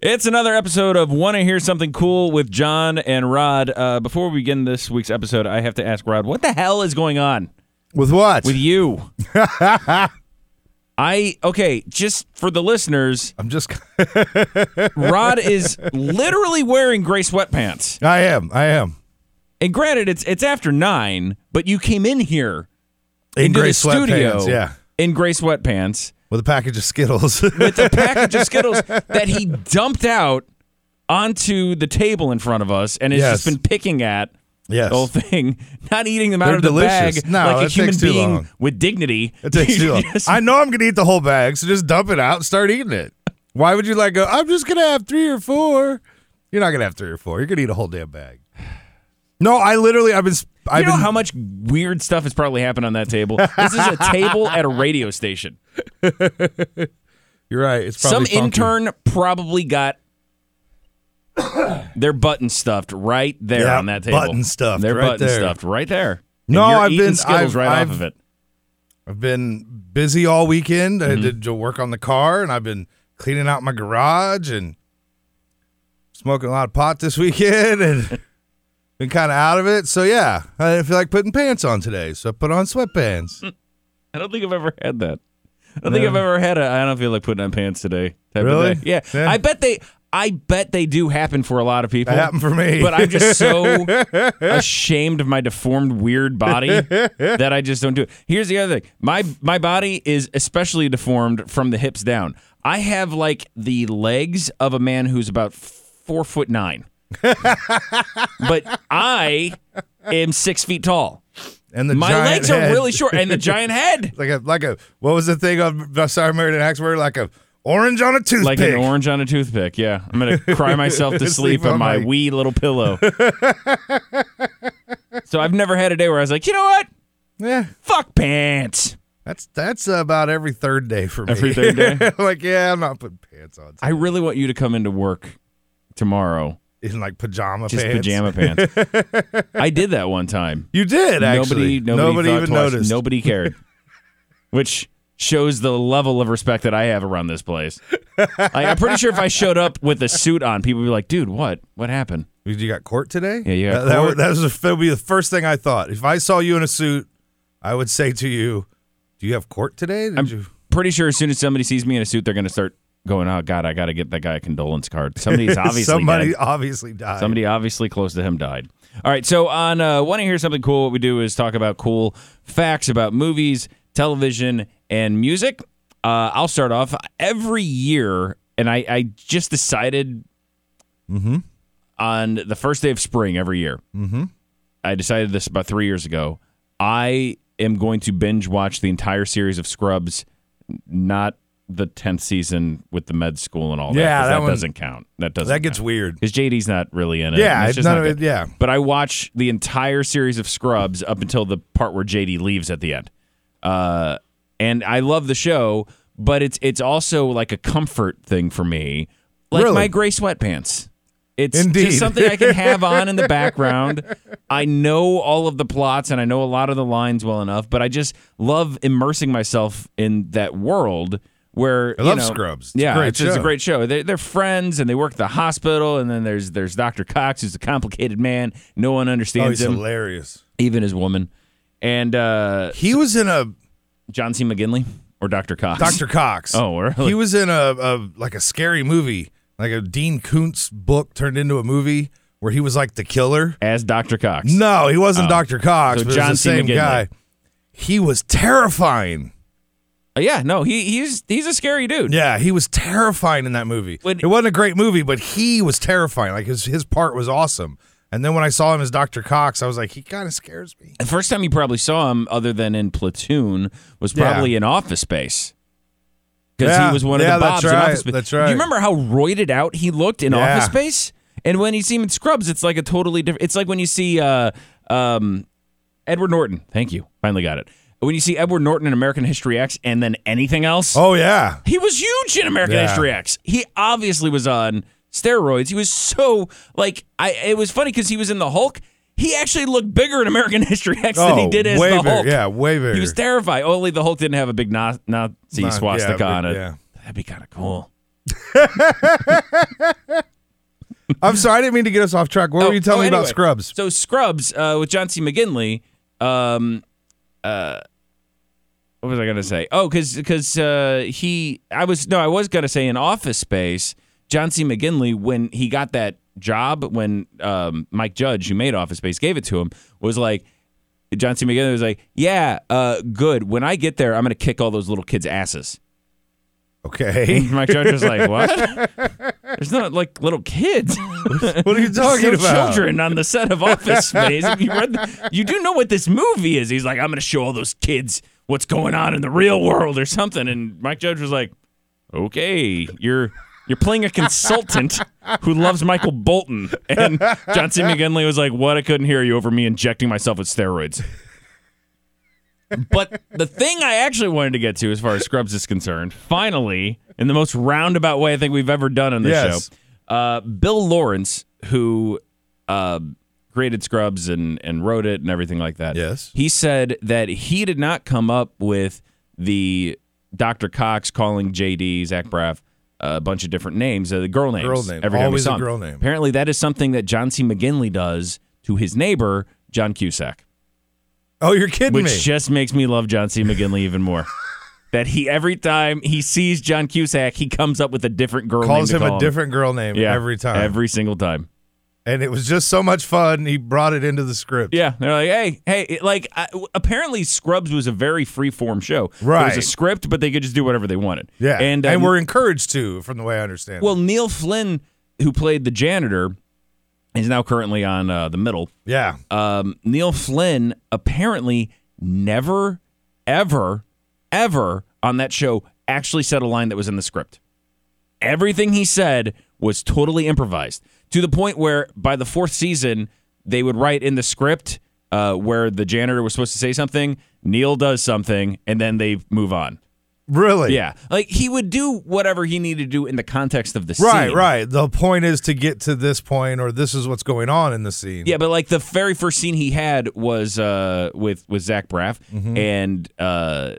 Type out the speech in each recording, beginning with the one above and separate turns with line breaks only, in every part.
It's another episode of Want to Hear Something Cool with John and Rod. Uh, before we begin this week's episode, I have to ask Rod, what the hell is going on
With what?
with you? I, okay, just for the listeners,
I'm just.
Rod is literally wearing gray sweatpants.
I am. I am.
And granted, it's it's after nine, but you came in here
In
into
gray
the studio
sweatpants. Yeah.
in gray sweatpants.
With a package of Skittles.
with a package of Skittles that he dumped out onto the table in front of us and has just
Yes.
been picking at
yes.
the whole thing, not eating them out
They're
of the
delicious.
bag
No,
like a
that
human
takes too
being
long.
with dignity.
It takes too long.
Just-
I know I'm gonna eat the whole bag, so just dump it out and start eating it. Why would you like go? I'm just gonna have three or four. You're not gonna have three or four. You're gonna eat a whole damn bag. No, I literally. I've been. sp-
you
I've
know
been.
how much weird stuff has probably happened on that table. This is a table at a radio station.
you're right. It's
Some
probably funky.
intern probably got their button stuffed right there
Yeah,
on that table.
button stuffed
Their
right
button
there.
stuffed right there. And
No,
you're
I've
eating
been-
Skittles
I've-
right
I've-
off of it.
I've been busy all weekend. I
Mm-hmm.
did to work on the car, and I've been cleaning out my garage and smoking a lot of pot this weekend, and been kind of out of it. So yeah, I didn't feel like putting pants on today, so I put on sweatpants.
I don't think I've ever had that. I don't think I've ever had a. I don't feel like putting on pants today. Type
Really?
Of day. Yeah.
Yeah.
I bet they. I bet they do happen for a lot of people.
That happened for me.
But I'm just so ashamed of my deformed, weird body that I just don't do it. Here's the other thing: my my body is especially deformed from the hips down. I have like the legs of a man who's about four foot nine, but I am six feet tall.
and the
My
giant
legs
head-
are really short, and the giant head.
like a like a what was the thing of uh, Sorry Married and Axe where like a orange on a toothpick.
like an orange on a toothpick. Yeah, I'm gonna cry myself to
Sleep
sleep on
on
my
my-
wee little pillow. so I've never had a day where I was like, you know what?
Yeah,
Fuck pants.
that's that's about every third day for me.
Every third day?
like yeah, I'm not putting pants on.
I really want you to come into work tomorrow,
in like pajama
just
pants.
pajama pants. I did that one time.
You did
Nobody,
actually.
nobody, thought
even
twice.
noticed.
Nobody cared, which shows the level of respect that I have around this place. Like, I'm pretty sure if I showed up with a suit on, people would be like, "Dude, what? What happened?"
You got court today?
Yeah, you got
that, that
court.
would- That, was, that would be the first thing I thought. If I saw you in a suit, I would say to you, "Do you have court today?" Did you?
pretty sure as soon as somebody sees me in a suit, they're going to start going, "Oh God, I got to get that guy a condolence card." Somebody's obviously
somebody
dead.
obviously died.
somebody obviously close to him died. All right, so on uh, want to hear something cool? What we do is talk about cool facts about movies, television, and music. Uh, I'll start off every year, and I, I just decided
Mm-hmm.
on the first day of spring every year. Mm-hmm. I decided this about three years ago. I am going to binge watch the entire series of Scrubs, not the tenth season with the med school and all that.
Yeah,
'cause
that
that
one-
doesn't count. That doesn't.
That gets
count.
weird.
because JD's not really in it.
Yeah,
and
it's none of
good.
it- yeah.
But I watch the entire series of Scrubs up until the part where JD leaves at the end, uh, and I love the show. But it's it's also like a comfort thing for me, like
Really?
my gray sweatpants. It's
Indeed.
just something I can have on in the background. I know all of the plots and I know a lot of the lines well enough, but I just love immersing myself in that world where
I
you
love
know-
Scrubs. It's a
yeah,
great
it's, it's a
show.
great show. They're, they're friends and they work at the hospital. And then there's there's Dr. Cox, who's a complicated man. No one
Oh, he's
understands him,
hilarious.
even his woman. And uh,
He was in a
John C. McGinley or Dr. Cox.
Dr. Cox.
Oh, really?
He was in a, a like a scary movie, like a Dean Koontz book turned into a movie where he was like the killer.
as Dr. Cox.
No, he wasn't Dr.
Oh.
Cox,
So
but it was
John
the
C.
same
McGinley.
guy. He was terrifying.
Uh, Yeah, no, he he's he's a scary dude.
Yeah, he was terrifying in that movie.
When-
it wasn't a great movie, but he was terrifying. Like his his part was awesome. And then when I saw him as Dr. Cox, I was like, he kind of scares me.
The first time you probably saw him, other than in Platoon, was
Yeah.
probably in Office Space. Because
Yeah,
he was one
yeah,
of the bobs
that's
in
right,
Office Space.
that's
Do
right.
you remember how roided out he looked in
Yeah.
Office Space? And when you see him in Scrubs, it's like a totally different. It's like when you see uh, um, Edward Norton. Thank you, finally got it. When you see Edward Norton in American History X, and then anything else,
Oh yeah.
he was huge in American
Yeah.
History X. He obviously was on steroids. He was so like I. It was funny because he was in the Hulk. He actually looked bigger in American History X than he
Oh,
did as
way
the
bigger.
Hulk.
Yeah, way bigger.
He was terrified. Only the Hulk didn't have a big na- Nazi
Nah,
swastika
yeah,
on
but-
it.
yeah.
That'd be kind of cool.
I'm sorry, I didn't mean to get us off track. What
Oh,
were you telling
oh,
me about
anyway.
Scrubs?
So Scrubs uh, with John C. McGinley. Um, uh, what was I gonna say? Oh, because uh, he, I was no, I was gonna say in Office Space, John C. McGinley when he got that job when um, Mike Judge, who made Office Space, gave it to him, was like. John C. McGinley was like, "Yeah, uh, good. When I get there, I'm gonna kick all those little kids' asses."
Okay,
Mike Judge was like, "What? There's not like little kids."
what are you talking
Still
about?
children on the set of Office Space. you, read the- you do know what this movie is. He's like, I'm going to show all those kids what's going on in the real world or something. And Mike Judge was like, Okay, you're you're playing a consultant who loves Michael Bolton. And John C. McGinley was like, What? I couldn't hear you over me injecting myself with steroids. But the thing I actually wanted to get to, as far as Scrubs is concerned, finally, in the most roundabout way I think we've ever done on this
Yes.
show, uh, Bill Lawrence, who uh, created Scrubs and, and wrote it and everything like that,
Yes.
he said that he did not come up with the Dr. Cox calling JD, Zach Braff, a bunch of different names, uh, the girl names.
Girl name.
Every time we
Always
saw
a
him.
girl name.
Apparently, that is something that John C. McGinley does to his neighbor, John Cusack
Oh, you're kidding
which
me.
just makes me love John C. McGinley even more. that he every time he sees John Cusack, he comes up with a different girl.
Calls
name
him
to call
a different girl name
Yeah,
every time.
every single time.
and it was just so much fun. He brought it into the script.
Yeah, they're like, hey, hey, it- like I, w- apparently Scrubs was a very free form show. it was a
Right.
script, but they could just do whatever they wanted.
Yeah.
and uh,
And, we're encouraged to, from the way I understand it.
well, Neil Flynn, who played the janitor, is now currently on uh, the middle.
Yeah.
um, Neil Flynn apparently never, ever, ever on that show actually said a line that was in the script. Everything he said was totally improvised to the point where by the fourth season, they would write in the script uh, where the janitor was supposed to say something, Neil does something, and then they move on.
Really?
Yeah. Like he would do whatever he needed to do in the context of the
Right,
scene.
right. The point is to get to this point, or this is what's going on in the scene.
Yeah, but like the very first scene he had was uh, with with Zach Braff,
Mm-hmm.
and uh,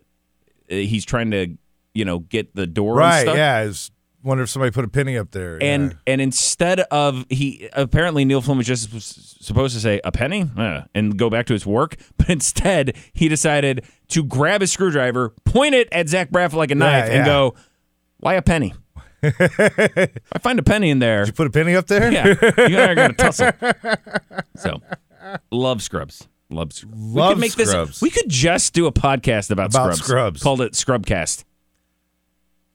he's trying to you know get the door and
Right.
stuff.
Yeah. I was- wonder if somebody put a penny up there.
And
Yeah.
and instead of he apparently Neil Flynn was just s- supposed to say a penny Uh, and go back to his work, but instead he decided to grab his screwdriver, point it at Zach Braff like a knife, and
yeah.
go, "Why a penny? if I find a penny in there,
Did you put a penny up there?
yeah, you and I are gonna tussle. So, love scrubs. Love scrubs. we
Love
could make
Scrubs.
This, we could just do a podcast about,
About
scrubs.
Scrubs.
Called it Scrubcast.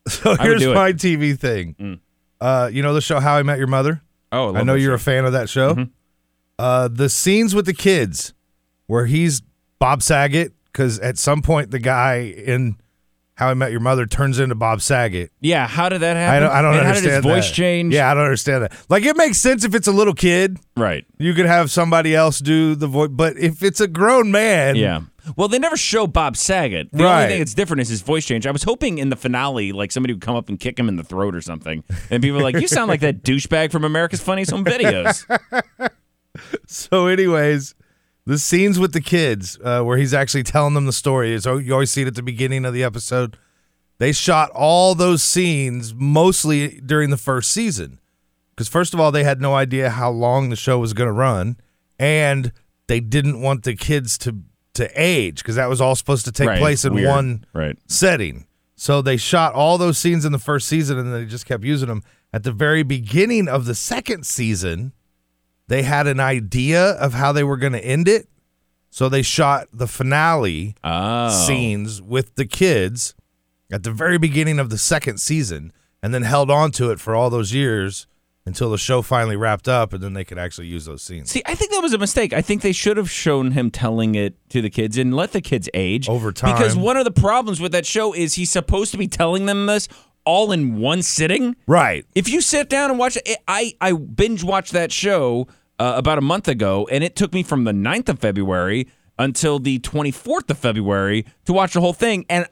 So
would
here's
do it. Mm.
my TV thing. Uh, you know the show How I Met Your Mother?
Oh,
I know you're a fan of that show.
Mm-hmm.
Uh, the scenes with the kids where he's Bob Saget, because at some point the guy in How I Met Your Mother turns into Bob Saget.
Yeah. How did that
I
happen?
don't, I don't
and
understand
How did his voice
that.
change?
Yeah, I don't understand that. Like, it makes sense if it's a little kid.
Right.
You could have somebody else do the voice, but if it's a grown man,
Yeah. Well, they never show Bob Saget. The
Right.
only thing that's different is his voice change. I was hoping in the finale, like somebody would come up and kick him in the throat or something, and people are like, "You sound like that douchebag from America's Funniest Home Videos."
So, anyways, the scenes with the kids uh, where he's actually telling them the story is oh, you always see it at the beginning of the episode. They shot all those scenes mostly during the first season because first of all, they had no idea how long the show was going to run, and they didn't want the kids to to age because that was all supposed to take
Right.
place in
Weird.
one
Right.
setting. So they shot all those scenes in the first season and they just kept using them. At the very beginning of the second season, they had an idea of how they were going to end it. So they shot the finale
Oh.
scenes with the kids at the very beginning of the second season and then held on to it for all those years until the show finally wrapped up and then they could actually use those scenes.
See, I think that was a mistake. I think they should have shown him telling it to the kids and let the kids age
Over time.
Because one of the problems with that show is he's supposed to be telling them this all in one sitting.
Right.
If you sit down and watch it, I I binge watched that show uh, about a month ago, and it took me from the 9th of February until the twenty fourth of February to watch the whole thing. And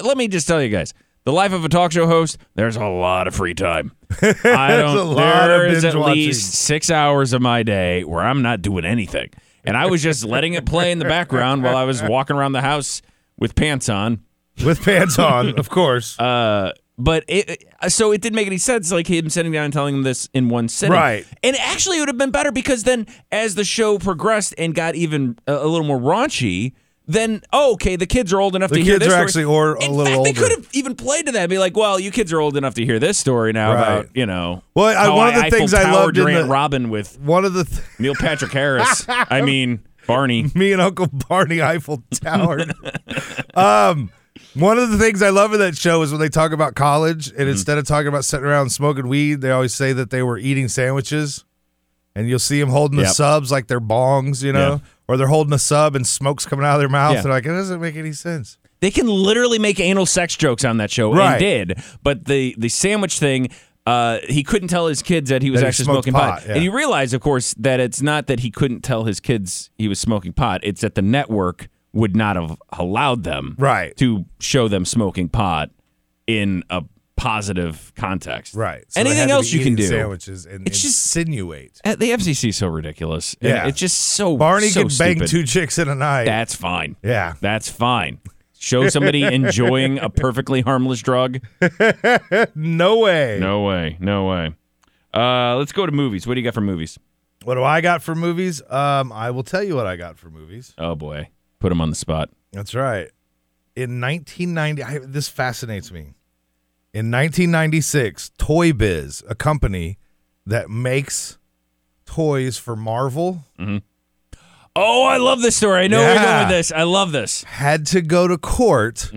let me just tell you guys. The life of a talk show host, there's a lot of free time. I don't.
a lot of
there is
binge
at
watching.
least six hours of my day where I'm not doing anything. And I was just letting it play in the background while I was walking around the house with pants on.
With pants on, of course.
But it uh, so it didn't make any sense, like him sitting down and telling him this in one sitting.
Right.
And actually, it would have been better because then, as the show progressed and got even uh, a, a little more raunchy, then oh, okay, the kids are old enough
The
to hear
kids
this. story.
are actually or a
in
little
fact,
older.
they could have even played to that, and be like, "Well, you kids are old enough to hear this story now about
Right.
you know."
Well, I-
how
one of the
Eiffel
things I
Tower
loved in
Durant
the-
Robin with
One of the th-
Neil Patrick Harris. I mean Barney.
me and Uncle Barney Eiffel Tower. um, one of the things I love in that show is when they talk about college,
Mm-hmm.
and instead of talking about sitting around smoking weed, they always say that they were eating sandwiches. And you'll see them holding the
Yep.
subs like they're bongs, you know,
Yeah.
or they're holding a sub and smoke's coming out of their mouth.
Yeah.
They're like, it doesn't make any sense.
They can literally make anal sex jokes on that show
Right.
and did. But the the sandwich thing, uh, he couldn't tell his kids that he was
That he
actually
smoked
smoking
pot,
pot.
yeah.
And you realize, of course, that it's not that he couldn't tell his kids he was smoking pot. It's that the network would not have allowed them
Right.
to show them smoking pot in a positive context.
Right.
Anything else you can do.
Sandwiches and
It's just-
insinuate.
Uh, The FCC is so ridiculous. And
Yeah.
It's just so
Barney
so
could bang
stupid.
two chicks in a night.
That's fine.
yeah.
That's fine. Show somebody enjoying a perfectly harmless drug.
No way.
No way. No way. Uh, let's go to movies. What do you got for movies?
What do I got for movies? Um, I will tell you what I got for movies.
Oh boy, put him on the spot.
That's right. In 1990, I, this fascinates me. In 1996, Toy Biz, a company that makes toys for Marvel,
Oh, I love this story. I know where you're
Yeah.
going with this. I love this.
had to go to court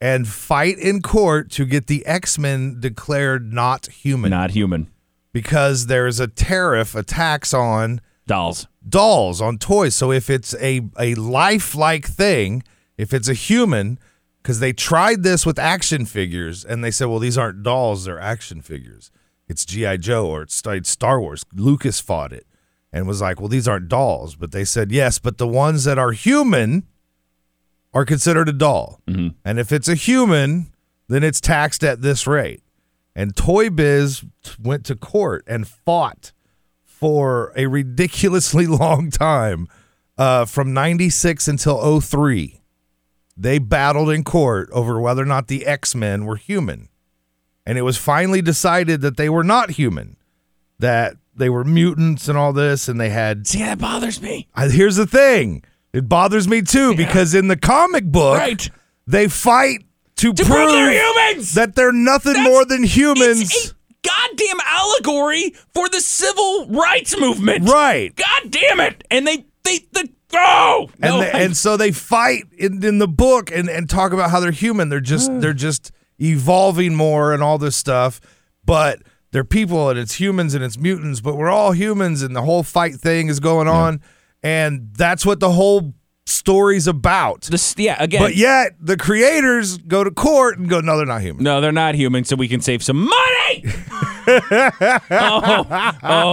and fight in court to get the X Men declared not human
Not human
because there's a tariff, a tax on
dolls.
dolls on toys. So if it's a a lifelike thing, if it's a human, because they tried this with action figures and they said, well, these aren't dolls; they're action figures. It's GI Joe or it's, it's Star Wars. Lucas fought it and was like, well, these aren't dolls, but they said yes, but the ones that are human are considered a doll, and if it's a human, then it's taxed at this rate. And Toy Biz t- went to court and fought for a ridiculously long time uh, from 96 until 03 they battled in court over whether or not the x-men were human and it was finally decided that they were not human that they were mutants and all this and they had
See, that bothers me.
I- here's the thing it bothers me too because in the comic book
Right.
they fight to,
To prove they're humans.
that they're nothing
That's-
more than humans
It's a goddamn allegory for the civil rights movement.
right
God damn it! And they they the oh
and
no,
they,
I-
and so they fight in, in the book and, and talk about how they're human. They're just
Hmm.
they're just evolving more and all this stuff, but they're people and it's humans and it's mutants, but we're all humans and the whole fight thing is going on, and that's what the whole story's about.
this, yeah again.
But yet the creators go to court and go, no, they're not human.
No, they're not human, so we can save some money. oh, oh,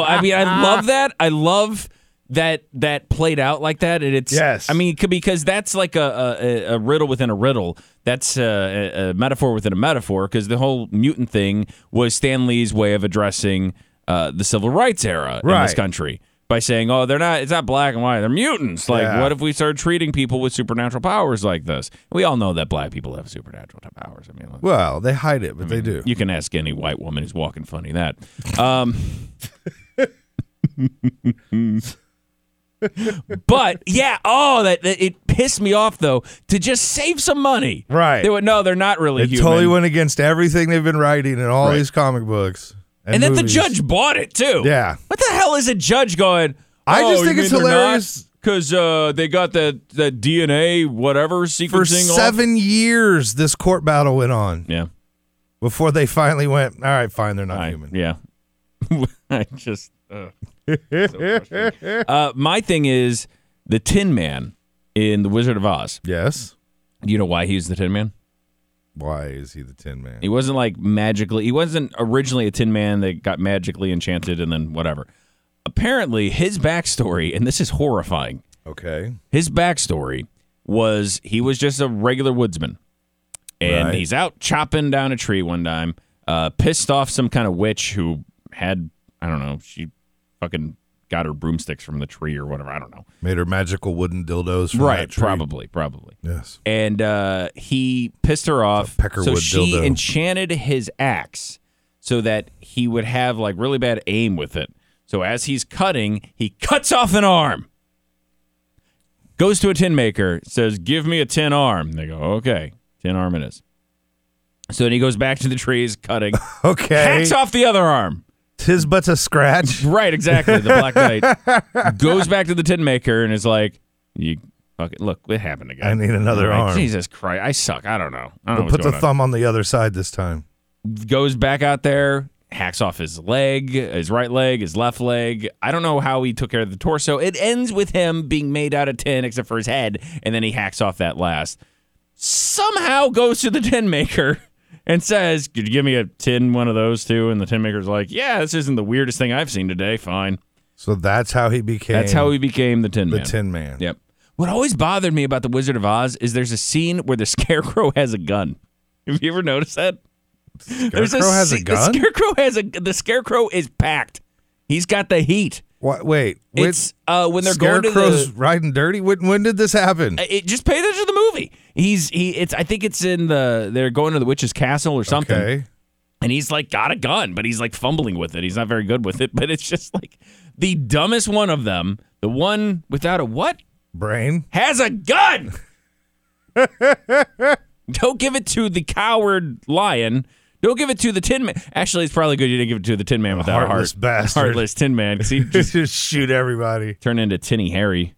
I mean, I love that. I love that that played out like that. And it's
Yes.
I mean, c- because that's like a a, a- a riddle within a riddle. That's a, a- a metaphor within a metaphor. Because the whole mutant thing was Stan Lee's way of addressing uh, the civil rights era in
Right.
this country. By saying, "Oh, they're not. It's not black and white. They're mutants. Like,
Yeah.
what if we started treating people with supernatural powers like this? We all know that black people have supernatural powers. I mean,
Well, they hide it, but they do.
you can ask any white woman who's walking funny that. Um, but yeah, oh, that, that- it pissed me off though to just save some money.
Right.
They went, no, they're not really
They
human.
totally went against everything they've been writing in all
Right.
these comic books. And,
and then the
movies.
judge bought it too.
Yeah.
What the hell is a judge going?
I
"Oh,
just think
you
it's
mean they're not?"
hilarious.
Cause uh, they got that, that DNA whatever
For
sequencing off.
seven years, this court battle went on.
Yeah,
before they finally went, all right, fine, they're not
I,
human.
yeah. I just ugh. So frustrating. uh, my thing is the Tin Man in The Wizard of Oz.
Yes.
You know why he was the Tin Man?
Why is he the Tin Man?
He wasn't like magically. He wasn't originally a Tin Man that got magically enchanted and then whatever. Apparently, his backstory, and this is horrifying.
Okay.
His backstory was he was just a regular woodsman, and
Right.
he's out chopping down a tree one time, uh, pissed off some kind of witch who had I don't know she fucking got her broomsticks from the tree or whatever. I don't know.
Made her magical wooden dildos. From
right.
that tree.
Probably. Probably.
Yes.
and uh, he pissed her off. So
peckerwood
she
dildo.
enchanted his axe so that he would have like really bad aim with it. So as he's cutting, he cuts off an arm. Goes to a tin maker, says, "Give me a tin arm." They go, "Okay, tin arm it is." So then he goes back to the trees, cutting,
Okay.
hacks off the other arm.
Tis but a scratch.
Right, exactly. The Black Knight goes back to the tin maker and is like, "You fuck it. Look, it happened again."
I need another
Like,
arm.
Jesus Christ, I suck. I don't know. I don't know
But
what's
put the
going on.
thumb on the other side this time.
Goes back out there, hacks off his leg, his right leg, his left leg. I don't know how he took care of the torso. It ends with him being made out of tin, except for his head, and then he hacks off that last. Somehow goes to the tin maker and says, "Could you give me a tin one of those too?" And the tin maker's like, "Yeah, this isn't the weirdest thing I've seen today. Fine."
So that's how he became.
That's how he became the Tin
the
Man.
Tin Man.
Yep. What always bothered me about The Wizard of Oz is there's a scene where the scarecrow has a gun. Have you ever noticed that? There's
Scarecrow has a
sce-
gun?
The scarecrow has a the scarecrow is packed. He's got the heat.
What? Wait. Wait.
it's uh when they're going to
Scarecrow's
the Uh,
riding dirty. When, when did this happen?
it, just pay attention to the movie. He's he it's I think it's in the they're going to the witch's castle or something.
Okay.
And he's like got a gun, but he's like fumbling with it. He's not very good with it, but it's just like the dumbest one of them, the one without a what?
Brain.
has a gun. Don't give it to the coward lion. Don't give it to the Tin Man. Actually, it's probably good you didn't give it to the Tin Man without
Heartless
a heart.
bastard.
Heartless Tin Man, because he just
Just shoot everybody.
turned into Tinny Harry.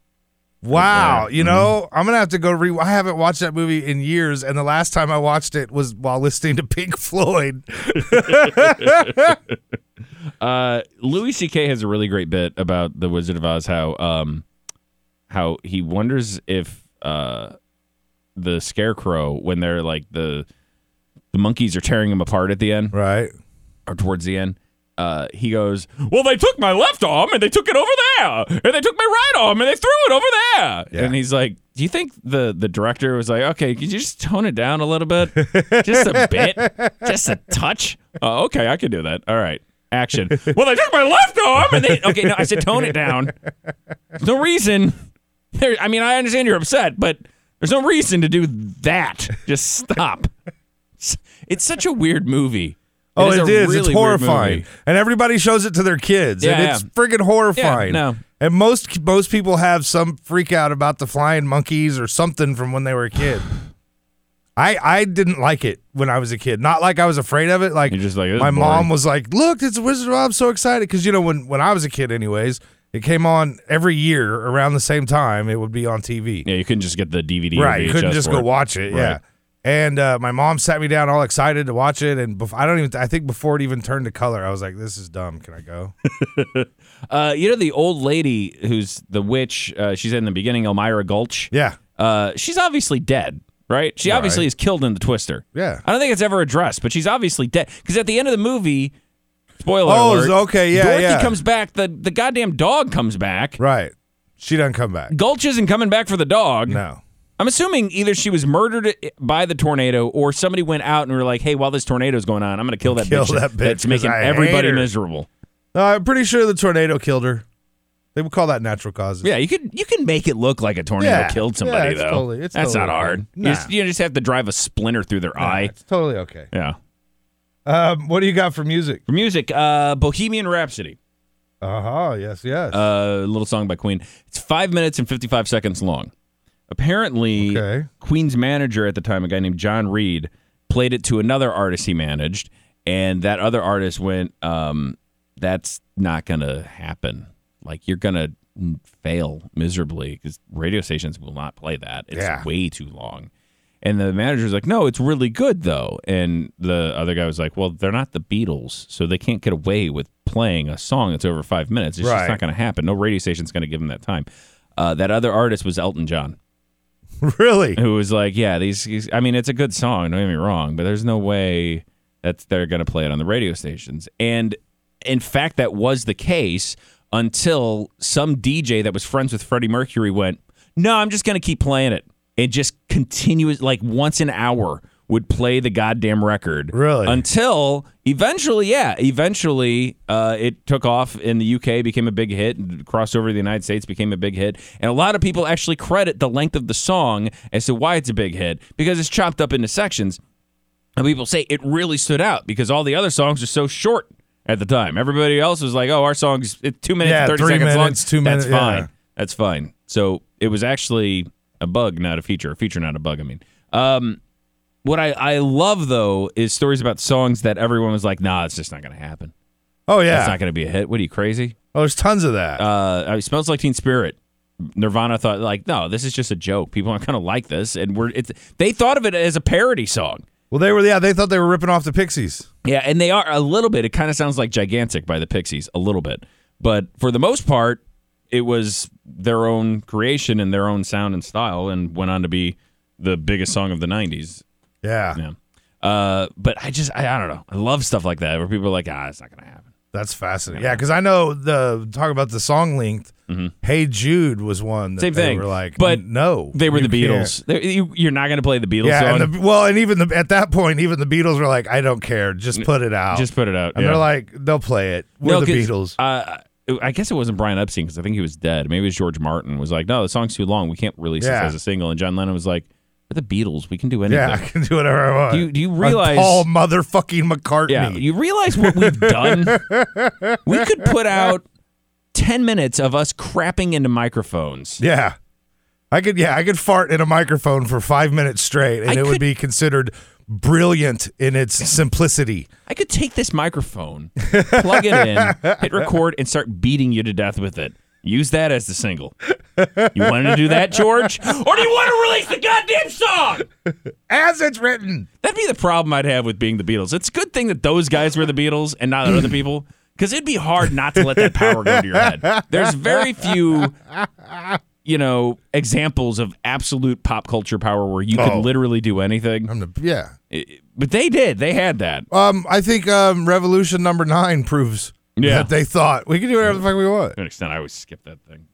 Wow. You know, I'm going to have to go re. I haven't watched that movie in years. And the last time I watched it was while listening to Pink Floyd.
Uh, Louis C.K. has a really great bit about the Wizard of Oz. How um, how he wonders if uh, the Scarecrow, when they're like the the monkeys are tearing him apart at the end,
Right.
or towards the end, uh, he goes, "Well, they took my left arm and they took it over there, and they took my right arm and they threw it over there."
Yeah.
And he's like, "Do you think the the director was like, okay, could you just tone it down a little bit, just a bit, just a touch? Uh, okay, I can do that. All right." Action. Well, they took my left arm and they. Okay, no, I said tone it down. There's no reason. There. I mean, I understand you're upset, but there's no reason to do that. Just stop. It's, it's such a weird movie.
Oh,
is
it
a
is.
really
it's
weird
horrifying,
movie.
and everybody shows it to their kids, and
Yeah,
it's
yeah.
friggin' horrifying.
no.
And most most people have some freak out about the flying monkeys or something from when they were a kid. I I didn't like it when I was a kid. Not like I was afraid of it. Like
You're just like, "This is
my
boring."
mom was like, "Look, it's a Wizard of Oz." I'm so excited because you know when when I was a kid, anyways, it came on every year around the same time. It would be on TV.
Yeah, you couldn't just get the DVD. or
Right, you couldn't
VHS
just
for
go
it.
watch it. Yeah.
Right.
And uh, my mom sat me down, all excited to watch it, and bef- I don't even. I think before it even turned to color, I was like, "This is dumb. Can I go?"
Uh, you know the old lady who's the witch. Uh, she's in the beginning, Elmira Gulch.
yeah,
Uh, she's obviously dead, right? She obviously is killed in the Twister.
yeah.
I don't think it's ever addressed, but she's obviously dead because at the end of the movie, spoiler
Oh,
alert.
okay, yeah,
Dorothy
yeah.
comes back. The the goddamn dog comes back.
Right. She doesn't come back.
Gulch isn't coming back for the dog.
No.
I'm assuming either she was murdered by the tornado or somebody went out and were like, "Hey, while this tornado's going on, I'm going to kill that
Kill
bitch,
that bitch
that's
'cause
making
I hate
everybody
her."
miserable."
No, I'm pretty sure the tornado killed her. They would call that natural causes.
Yeah, you could you can make it look like a tornado
Yeah.
killed somebody
Yeah, it's
though.
totally- it's
That's
totally
not hard.
okay.
You,
Nah.
just, you just have to drive a splinter through their eye.
It's totally okay.
Yeah.
Um, what do you got for music?
For music, uh, Bohemian Rhapsody,
Uh huh. Yes. Yes.
a little song by Queen. It's five minutes and fifty five seconds long. Apparently,
Okay.
Queen's manager at the time, a guy named John Reed, played it to another artist he managed, and that other artist went, um, "That's not gonna happen. Like you're gonna fail miserably because radio stations will not play that. It's
Yeah.
way too long." And the manager's like, "No, it's really good though." And the other guy was like, "Well, they're not the Beatles, so they can't get away with playing a song that's over five minutes. It's just
Right.
not going to happen. No radio station's going to give them that time." Uh, that other artist was Elton John
really?
who was like, "Yeah, these, these- I mean, it's a good song. Don't get me wrong, but there's no way that they're gonna play it on the radio stations." And in fact, that was the case until some DJ that was friends with Freddie Mercury went, "No, I'm just gonna keep playing it," and just continuous, like once an hour would play the goddamn record.
Really?
Until eventually, yeah, eventually uh, it took off in the UK, became a big hit, and crossed over to the United States, became a big hit. And a lot of people actually credit the length of the song as to why it's a big hit because it's chopped up into sections. And people say it really stood out because all the other songs are so short at the time. Everybody else was like, "Oh, our song's it's two minutes,
Yeah,
and thirty
three
seconds
minutes,
long.
two
That's
minute-
fine.
yeah.
That's fine." So it was actually a bug, not a feature. A feature, not a bug. I mean, um, what I I love though is stories about songs that everyone was like, "Nah, it's just not gonna happen.
Oh
It's
yeah.
not gonna be a hit. What are you crazy?"
Oh, there's tons of that.
Uh, I mean, smells like Teen Spirit. Nirvana thought like, "No, this is just a joke. People aren't gonna like this." And we're it's they thought of it as a parody song.
well, they were. Yeah, they thought they were ripping off the Pixies.
Yeah, and they are a little bit. It kind of sounds like Gigantic by the Pixies, a little bit. But for the most part, it was their own creation and their own sound and style and went on to be the biggest song of the 90s.
Yeah,
Yeah. Uh, but I just, I, I don't know. I love stuff like that where people are like, ah, it's not going to happen.
that's fascinating. Yeah, because I know the talk about the song length. Hey Jude was one.
Mm-hmm.
That
Same
they
thing,
Were like,
but
no,
They were
you
the
can't.
Beatles. They- you, you're not going to play the Beatles
Yeah,
song.
and the, well, and even the, at that point, even the Beatles were like, "I don't care, just put it out."
just put it out.
and
yeah.
they're like, "They'll play it." We're
No,
the
'cause,
Beatles.
Uh, I guess it wasn't Brian Epstein because I think he was dead. Maybe it was George Martin was like, no, the song's too long. We can't release
Yeah.
this as a single. And John Lennon was like, but the Beatles, we can do anything.
yeah, I can do whatever I want.
Do you, do you
I'm
realize?
Paul motherfucking McCartney?
yeah, you realize what we've done. we could put out ten minutes of us crapping into microphones.
Yeah. I could yeah, I could fart in a microphone for 5 minutes straight and
I
it
could-
would be considered brilliant in its simplicity.
I could take this microphone, plug it in, hit record, and start beating you to death with it. Use that as the single. You want to do that, George, or do you want to release the goddamn song?
As it's written.
That'd be the problem I'd have with being the Beatles. It's a good thing that those guys were the Beatles and not other people, because it'd be hard not to let that power go to your head. There's very few, you know, examples of absolute pop culture power where you could
Oh.
literally do anything.
I'm the, yeah.
I- But they did. They had that.
Um I think um Revolution number 9 proves
Yeah.
that they thought we can do whatever the fuck we want.
To an extent, I always skip that thing.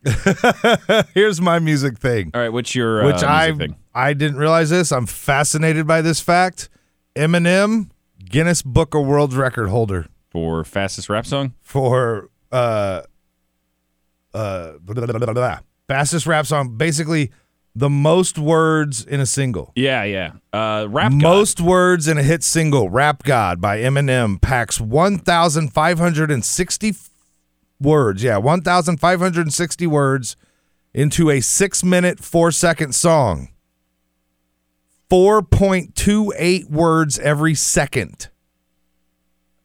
Here's my music thing,
All right, what's your uh,
which
music
I
thing?
I didn't realize this. I'm fascinated by this fact. Eminem Guinness Book of World Record holder
for fastest rap song?
for uh uh blah, blah, blah, blah, blah. fastest rap song basically the most words in a single
Yeah, yeah. Uh, rap God.
most words in a hit single rap god by eminem packs 1560 f- words yeah 1560 words into a six minute four second song 4.28 words every second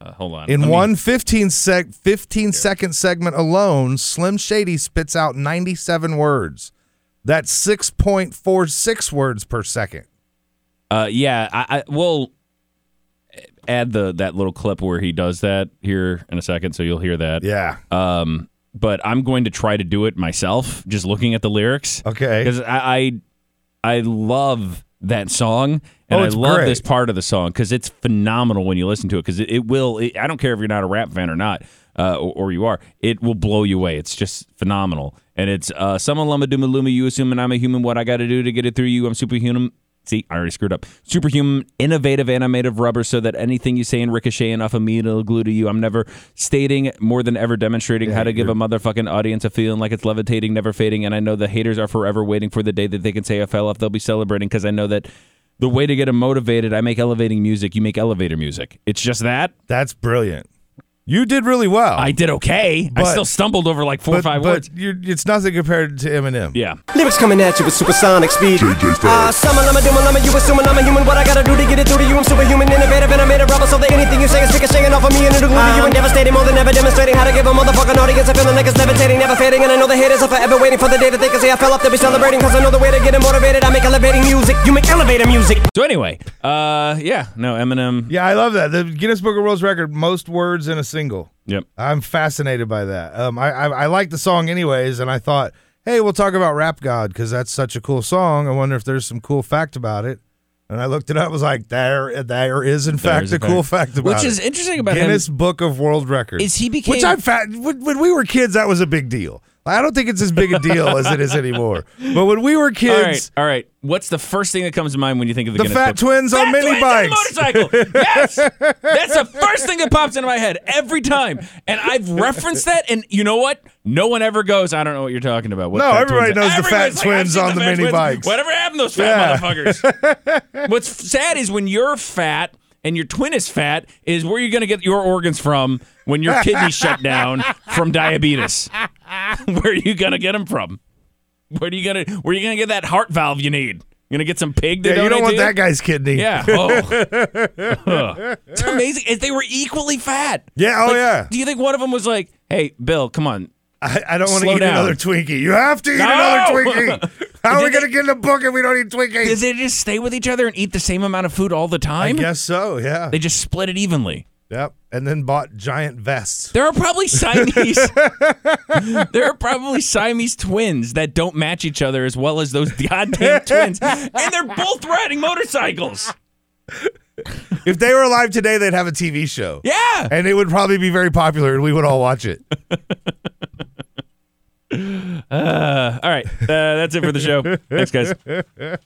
Uh, hold on.
in
Let me-
one 15 sec 15 second segment alone, Slim Shady spits out 97 words. That's 6.46 words per second.
Uh, yeah, I, I will add the that little clip where he does that here in a second, so you'll hear that.
Yeah.
Um, but I'm going to try to do it myself, just looking at the lyrics.
Okay.
Because I, I I love that song, and
Oh,
I
it's
love
great.
this part of the song because it's phenomenal when you listen to it. Because it, it will. It, I don't care if you're not a rap fan or not, uh, or, or you are. It will blow you away. It's just phenomenal, and it's uh, someone lama duma luma. You assuming I'm a human? What I got to do to get it through you? I'm superhuman. See, I already screwed up. Superhuman, innovative, animative rubber, so that anything you say in ricochet enough of me, it'll glue to you. I'm never stating more than ever demonstrating how to give a motherfucking audience a feeling like it's levitating, never fading. And I know the haters are forever waiting for the day that they can say I fell off. They'll be celebrating because I know that the way to get them motivated, I make elevating music. You make elevator music. It's just that
That's brilliant. You did really well.
I did okay. I
But-
still stumbled over like four
but,
or five
but
words.
You're, it's nothing compared to Eminem.
Yeah.
Lyrics coming at you with supersonic speed. Ah, summer, lama, duma, lama, you assuming I'm a human. What I gotta do to get it through to you? I'm superhuman, innovative, and I made a rubber so that anything you say is ricocheting off of me and it'll glue to you. And devastating, more than ever demonstrating how to give a motherfucking audience a feeling like it's levitating, never fading. And I know the haters are forever waiting for the day that they can say I fell off. They'll be celebrating, cause I know the way to get it motivated. I make elevating music. You make elevator music.
So anyway, uh, yeah, no Eminem.
Yeah, I love that. The Guinness Book of World Record, most words in a single.
Yep.
I'm fascinated by that. Um, I, I I like the song anyways, and I thought, hey, we'll talk about Rap God because that's such a cool song. I wonder if there's some cool fact about it. And I looked it up. Was like there there is in fact
is
a
a
cool fact about
Which
it.
is interesting about him
Guinness Book of World Records.
is he became
which I'm fat. When, when we were kids, that was a big deal. I don't think it's as big a deal as it is anymore. But when we were
All
kids,
right, all right. What's the first thing that comes to mind when you think of the,
the
Guinness
fat
Book?
twins on
Fat
mini
twins on a
bikes.
motorcycle. Yes, that's the first thing that pops into my head every time, and I've referenced that. And you know what? No one ever goes. I don't know what you're talking about. What
No,
fat
everybody
twins?
knows the fat
Everybody's like, "I've
twins
seen
on the
fat
mini
twins.
bikes."
Whatever happened to those fat motherfuckers? What's f- sad is when you're fat. And your twin is fat, is where you're gonna get your organs from when your kidneys shut down from diabetes. where are you gonna get them from? Where are you gonna where are you gonna get that heart valve you need? You gonna get some pig? To
Yeah, you
donate
don't
to
want that guy's kidney.
yeah. Oh. Ugh. it's amazing. And They were equally fat.
Yeah, oh
Like,
yeah.
Do you think one of them was like, hey, Bill, come on.
I, I don't want to
Slow
eat
down.
another Twinkie. You have to eat
No!
another Twinkie. How are we
Did they-
going to get in a book if we don't eat Twinkies?
Did they just stay with each other and eat the same amount of food all the
I
time?
guess so, yeah.
They just split it evenly.
yep. And then bought giant vests.
There are probably Siamese. there are probably Siamese twins that don't match each other as well as those goddamn twins, and they're both riding motorcycles.
If they were alive today, they'd have a TV show.
Yeah.
And it would probably be very popular and we would all watch it.
All right, uh, that's it for the show. Thanks, guys.